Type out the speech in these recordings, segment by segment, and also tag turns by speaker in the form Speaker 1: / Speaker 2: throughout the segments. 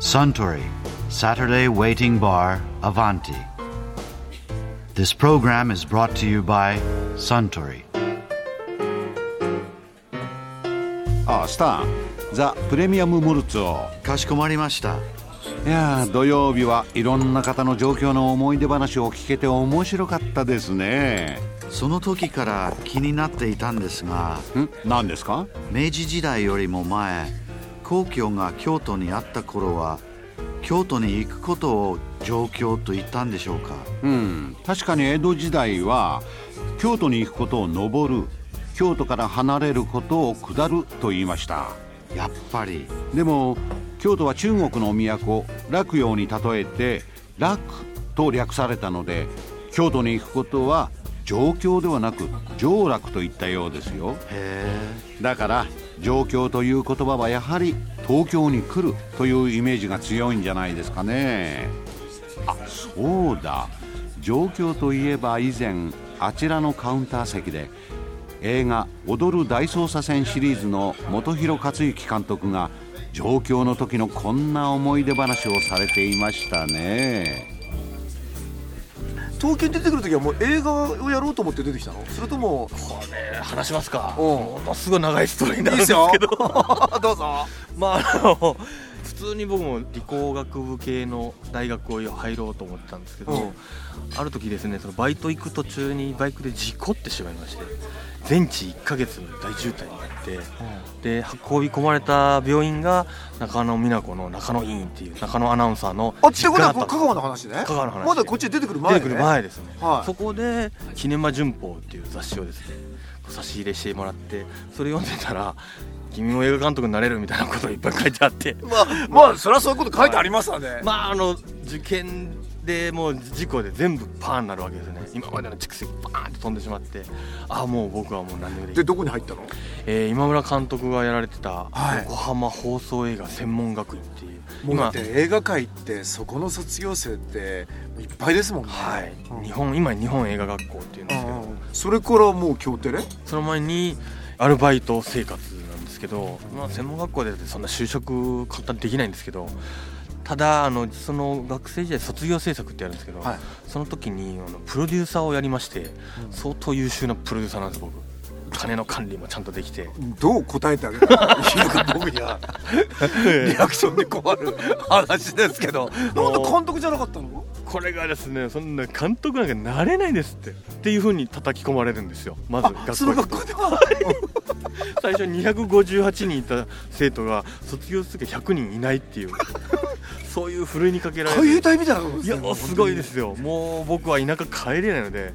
Speaker 1: Suntory, Saturday Waiting Bar, Avanti. This program is brought to you by Suntory.
Speaker 2: あスタンザ・プレミアム・モルツを
Speaker 1: かしこまりました。
Speaker 2: いやー土曜日はいろんな方の状況の思い出話を聞けて面白かったですね
Speaker 1: その時から気になっていたんですが、
Speaker 2: ん何ですか
Speaker 1: 明治時代よりも前、皇居が京都にあった頃は、京都に行くことを上京と言ったんでしょうか。
Speaker 2: うん確かに江戸時代は京都に行くことを登る京都から離れることを下ると言いました
Speaker 1: やっぱり
Speaker 2: でも京都は中国の都洛陽に例えて洛と略されたので京都に行くことは上京ではなく上洛といったようですよ
Speaker 1: へえ
Speaker 2: だから上京という言葉はやはり東京に来るというイメージが強いんじゃないですかねあそうだ上京といえば以前あちらのカウンター席で映画「踊る大捜査線」シリーズの本広克行監督が上京の時のこんな思い出話をされていましたね
Speaker 3: 東京に出てくる時はもう映画をやろうと思って出てきたのそれとも
Speaker 4: 話しますか
Speaker 3: うん
Speaker 4: ものすごい長いストーリーにないる
Speaker 3: いで
Speaker 4: んですす
Speaker 3: よ
Speaker 4: けど
Speaker 3: どうぞ
Speaker 4: まああの普通に僕も理工学部系の大学を入ろうと思ってたんですけど、
Speaker 3: うん
Speaker 4: ある時ですねそのバイト行く途中にバイクで事故ってしまいまして全治1ヶ月の大渋滞になって、で運び込まれた病院が中野美奈子の中野医院っていう中野アナウンサーの
Speaker 3: あってこ
Speaker 4: 実家
Speaker 3: とは
Speaker 4: だったん
Speaker 3: 香
Speaker 4: です
Speaker 3: 川の話ね
Speaker 4: 香川の話
Speaker 3: まだこっちに出てくる前、
Speaker 4: 出
Speaker 3: ね、
Speaker 4: てくる前ですね、
Speaker 3: はい
Speaker 4: そこで「キネマ旬報」っていう雑誌をですね差し入れしてもらってそれ読んでたら「君も映画監督になれる」みたいなことがいっぱい書いてあって
Speaker 3: ま あまあそりゃそういうこと書いてありますわね、
Speaker 4: まああの受験でもう事故で全部パーになるわけですよね今までの蓄積パーンって飛んでしまってああもう僕はもう何でもできな
Speaker 3: で
Speaker 4: い、
Speaker 3: どこに入ったの
Speaker 4: えー今村監督がやられてた
Speaker 3: はい
Speaker 4: 横浜放送映画専門学院っていう
Speaker 3: もうだ
Speaker 4: 今
Speaker 3: って映画界ってそこの卒業生っていっぱいですもんね
Speaker 4: はい
Speaker 3: うん
Speaker 4: 日本今日本映画学校っていうんですけど、
Speaker 3: うんそれからもう京テレ
Speaker 4: その前にアルバイト生活なんですけど、まあ、専門学校でそんな就職簡単にできないんですけどただあのその学生時代卒業制作ってやるんですけど、
Speaker 3: はい
Speaker 4: その時にあのプロデューサーをやりまして、相当優秀なプロデューサーなんです僕金の管理もちゃん とできて
Speaker 3: どう答えてあげるか僕にはリアクションで困 る話ですけどなんで監督じゃなかったの
Speaker 4: これがですねそんな監督なんかなれないですってっていうふうに叩き込まれるんですよまず
Speaker 3: あその
Speaker 4: 学校
Speaker 3: 学校では
Speaker 4: 最初258人いた生徒が卒業するか100人いないっていう そういうふるいにかけられる
Speaker 3: 海兵隊みたいなことで
Speaker 4: い
Speaker 3: すね
Speaker 4: やすごいですよもう僕は田舎帰れないので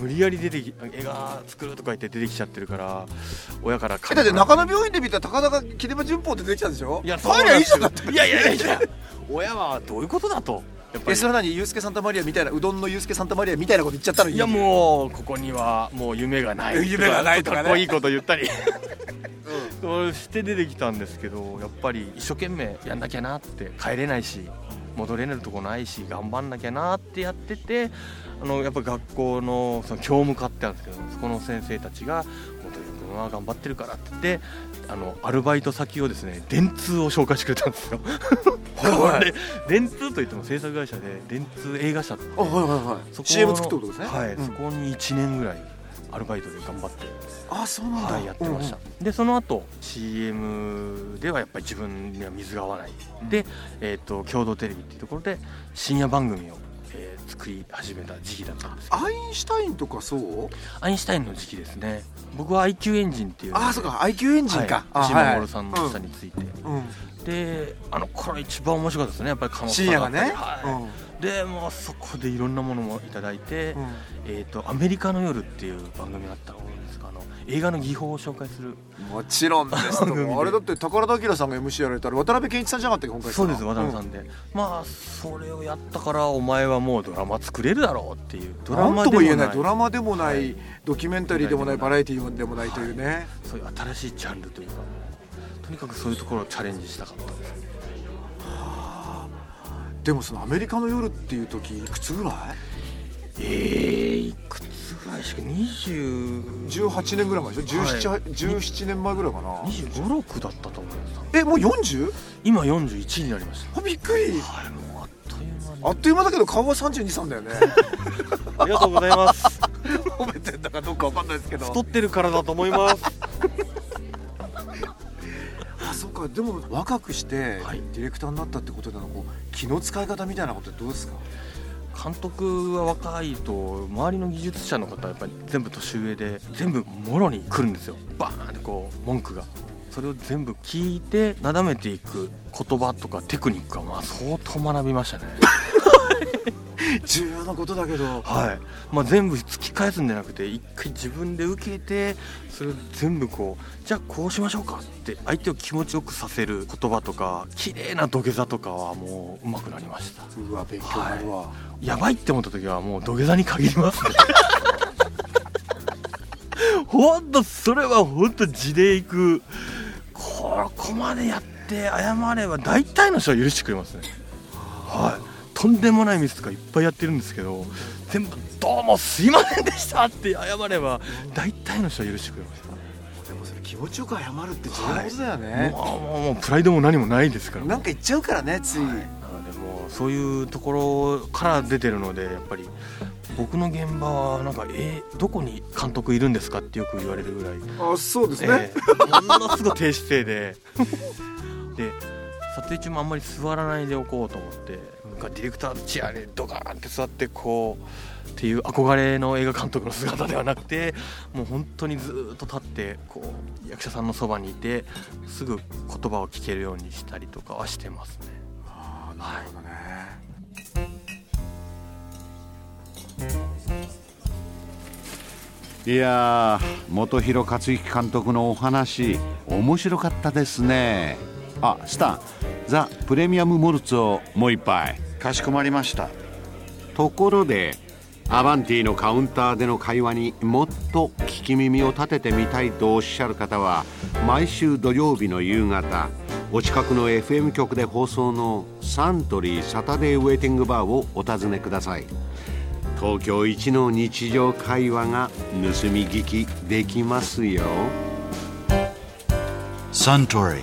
Speaker 4: 無理やり出てき映画作るとか言って出てきちゃってるから親から
Speaker 3: えだって中野病院で見た高田が切れ間順法って出てきたんでしょ
Speaker 4: いやそう
Speaker 3: 帰り
Speaker 4: な
Speaker 3: ゃ
Speaker 4: ん
Speaker 3: いい
Speaker 4: で
Speaker 3: じゃ
Speaker 4: す
Speaker 3: んだ
Speaker 4: よ
Speaker 3: って
Speaker 4: いやいやいやいや親はどういうことだとやっぱ
Speaker 3: え
Speaker 4: り
Speaker 3: それなにユースケ・サンタマリアみたいなうどんのユースケ・サンタマリアみたいなこと言っちゃったの
Speaker 4: いやもうここにはもう夢がない
Speaker 3: 夢がないとかね
Speaker 4: っっこいいこと言ったり、そうして出てきたんですけどやっぱり一生懸命やんなきゃなって帰れないし戻れるとこないし頑張んなきゃなってやっててあのやっぱ学校のその教務課ってあるんですけどそこの先生たちが「本く君は頑張ってるから」って言ってあのアルバイト先をですね電通を紹介してくれたんですよ。
Speaker 3: はい
Speaker 4: で電通といっても制作会社で電通映画社って
Speaker 3: あはいはいはい
Speaker 4: そこの
Speaker 3: CM 作ったことですね
Speaker 4: はい、
Speaker 3: うん
Speaker 4: そこに1年ぐらいアルバイトで頑張って、
Speaker 3: あそうなんだ、
Speaker 4: はい、やってました、でその後 CM ではやっぱり自分には水が合わない、で、えー、と共同テレビっていうところで深夜番組を、えー作り始めた時期だったんです
Speaker 3: うんうんアインシュタインとかそう
Speaker 4: アインシュタインの時期ですね僕は IQ エンジンっていう
Speaker 3: あそうか IQ エンジンか、あ
Speaker 4: はい、島
Speaker 3: はい
Speaker 4: 五郎さんの下について、
Speaker 3: うんうん
Speaker 4: であの頃一番面白かったですねやっぱり鴨
Speaker 3: 深夜がね、
Speaker 4: はいでもうそこでいろんなものもいただいて、
Speaker 3: うんうん
Speaker 4: えー、と「アメリカの夜」っていう番組があったのですかあの映画の技法を紹介する
Speaker 3: もちろんです
Speaker 4: 番組で
Speaker 3: あれだって宝田明さんが MC やられたら渡辺謙一さんじゃなかったっけ今回
Speaker 4: そうです渡辺さ
Speaker 3: うん
Speaker 4: で、まあそれをやったからお前はもうドラマ作れるだろうっていうド
Speaker 3: ド
Speaker 4: ラ
Speaker 3: ラ
Speaker 4: マ
Speaker 3: マ
Speaker 4: で
Speaker 3: と
Speaker 4: も
Speaker 3: も
Speaker 4: な
Speaker 3: 言
Speaker 4: い
Speaker 3: えないドラマでもない、
Speaker 4: はい
Speaker 3: ドキュメンタリーでもないバラエティーでもないというね、
Speaker 4: そういう新しいジャンルというかとにかくそういうところをチャレンジしたかったです
Speaker 3: でもそのアメリカの夜っていう時いくつぐらい
Speaker 4: えー、いくつくらいしか20
Speaker 3: 18年ぐらい前でしょ17、17年前ぐらいかな
Speaker 4: 2 5 6だったと思います
Speaker 3: えもう 40?
Speaker 4: 今41になりました
Speaker 3: あびっくり
Speaker 4: はいもうあっという間に
Speaker 3: あっという間だけど顔は32歳だよね
Speaker 4: ありがとうございます
Speaker 3: 褒めてんだかどうかわかんないですけど
Speaker 4: 太ってるからだと思います
Speaker 3: あそうかでも若くしてデ
Speaker 4: はい
Speaker 3: ィレクターになったってことでのこう気の使い方みたいなことってどう ですか
Speaker 4: 監督は若いと周りの技術者の方はやっぱり全部年上で全部もろに来るんですよバーンってこう文句がそれを全部聞いてなだめていく言葉とかテクニックはまあ相当学びましたね
Speaker 3: 重要なことだけど
Speaker 4: はい、まあ、全部突き返すんじゃなくて一回自分で受けてそれを全部こうじゃあこうしましょうかって相手を気持ちよくさせる言葉とか綺麗な土下座とかはもう上手くなりました
Speaker 3: うわ勉強になるわ、
Speaker 4: やばいって思った時はもう土下座に限りますね ほんとそれはほんと地でいくここまでやって謝れば大体の人は許してくれますねはいとんでもないミスとかいっぱいやってるんですけど全部「どうもすいませんでした」って謝れば大体の人は許してくれます
Speaker 3: でもそれ気持ちよく謝るって重要なことだよね、
Speaker 4: もうもうもうプライドも何もないですから
Speaker 3: なんか言っちゃうからねつい、
Speaker 4: なのでもうそういうところから出てるのでやっぱり僕の現場はなんか「えーどこに監督いるんですか?」ってよく言われるぐらい、
Speaker 3: あそうです
Speaker 4: えーものすごい低姿勢でで撮影中もあんまり座らないでおこうと思ってなんかディレクターのチェアにドカーンって座ってこうっていう憧れの映画監督の姿ではなくてもう本当にずーっと立ってこう役者さんのそばにいてすぐ言葉を聞けるようにしたりとかはしてますね。
Speaker 3: あーなるほどね、
Speaker 2: いやー元広克行監督のお話面白かったですねあスタンザ・プレミアム・モルツをもう一杯
Speaker 1: かしこまりました
Speaker 2: ところでアバンティのカウンターでの会話にもっと聞き耳を立ててみたいとおっしゃる方は毎週土曜日の夕方お近くの FM 局で放送のサントリーサタデーウェイティングバーをお尋ねください東京一の日常会話が盗み聞きできますよ
Speaker 1: Suntory,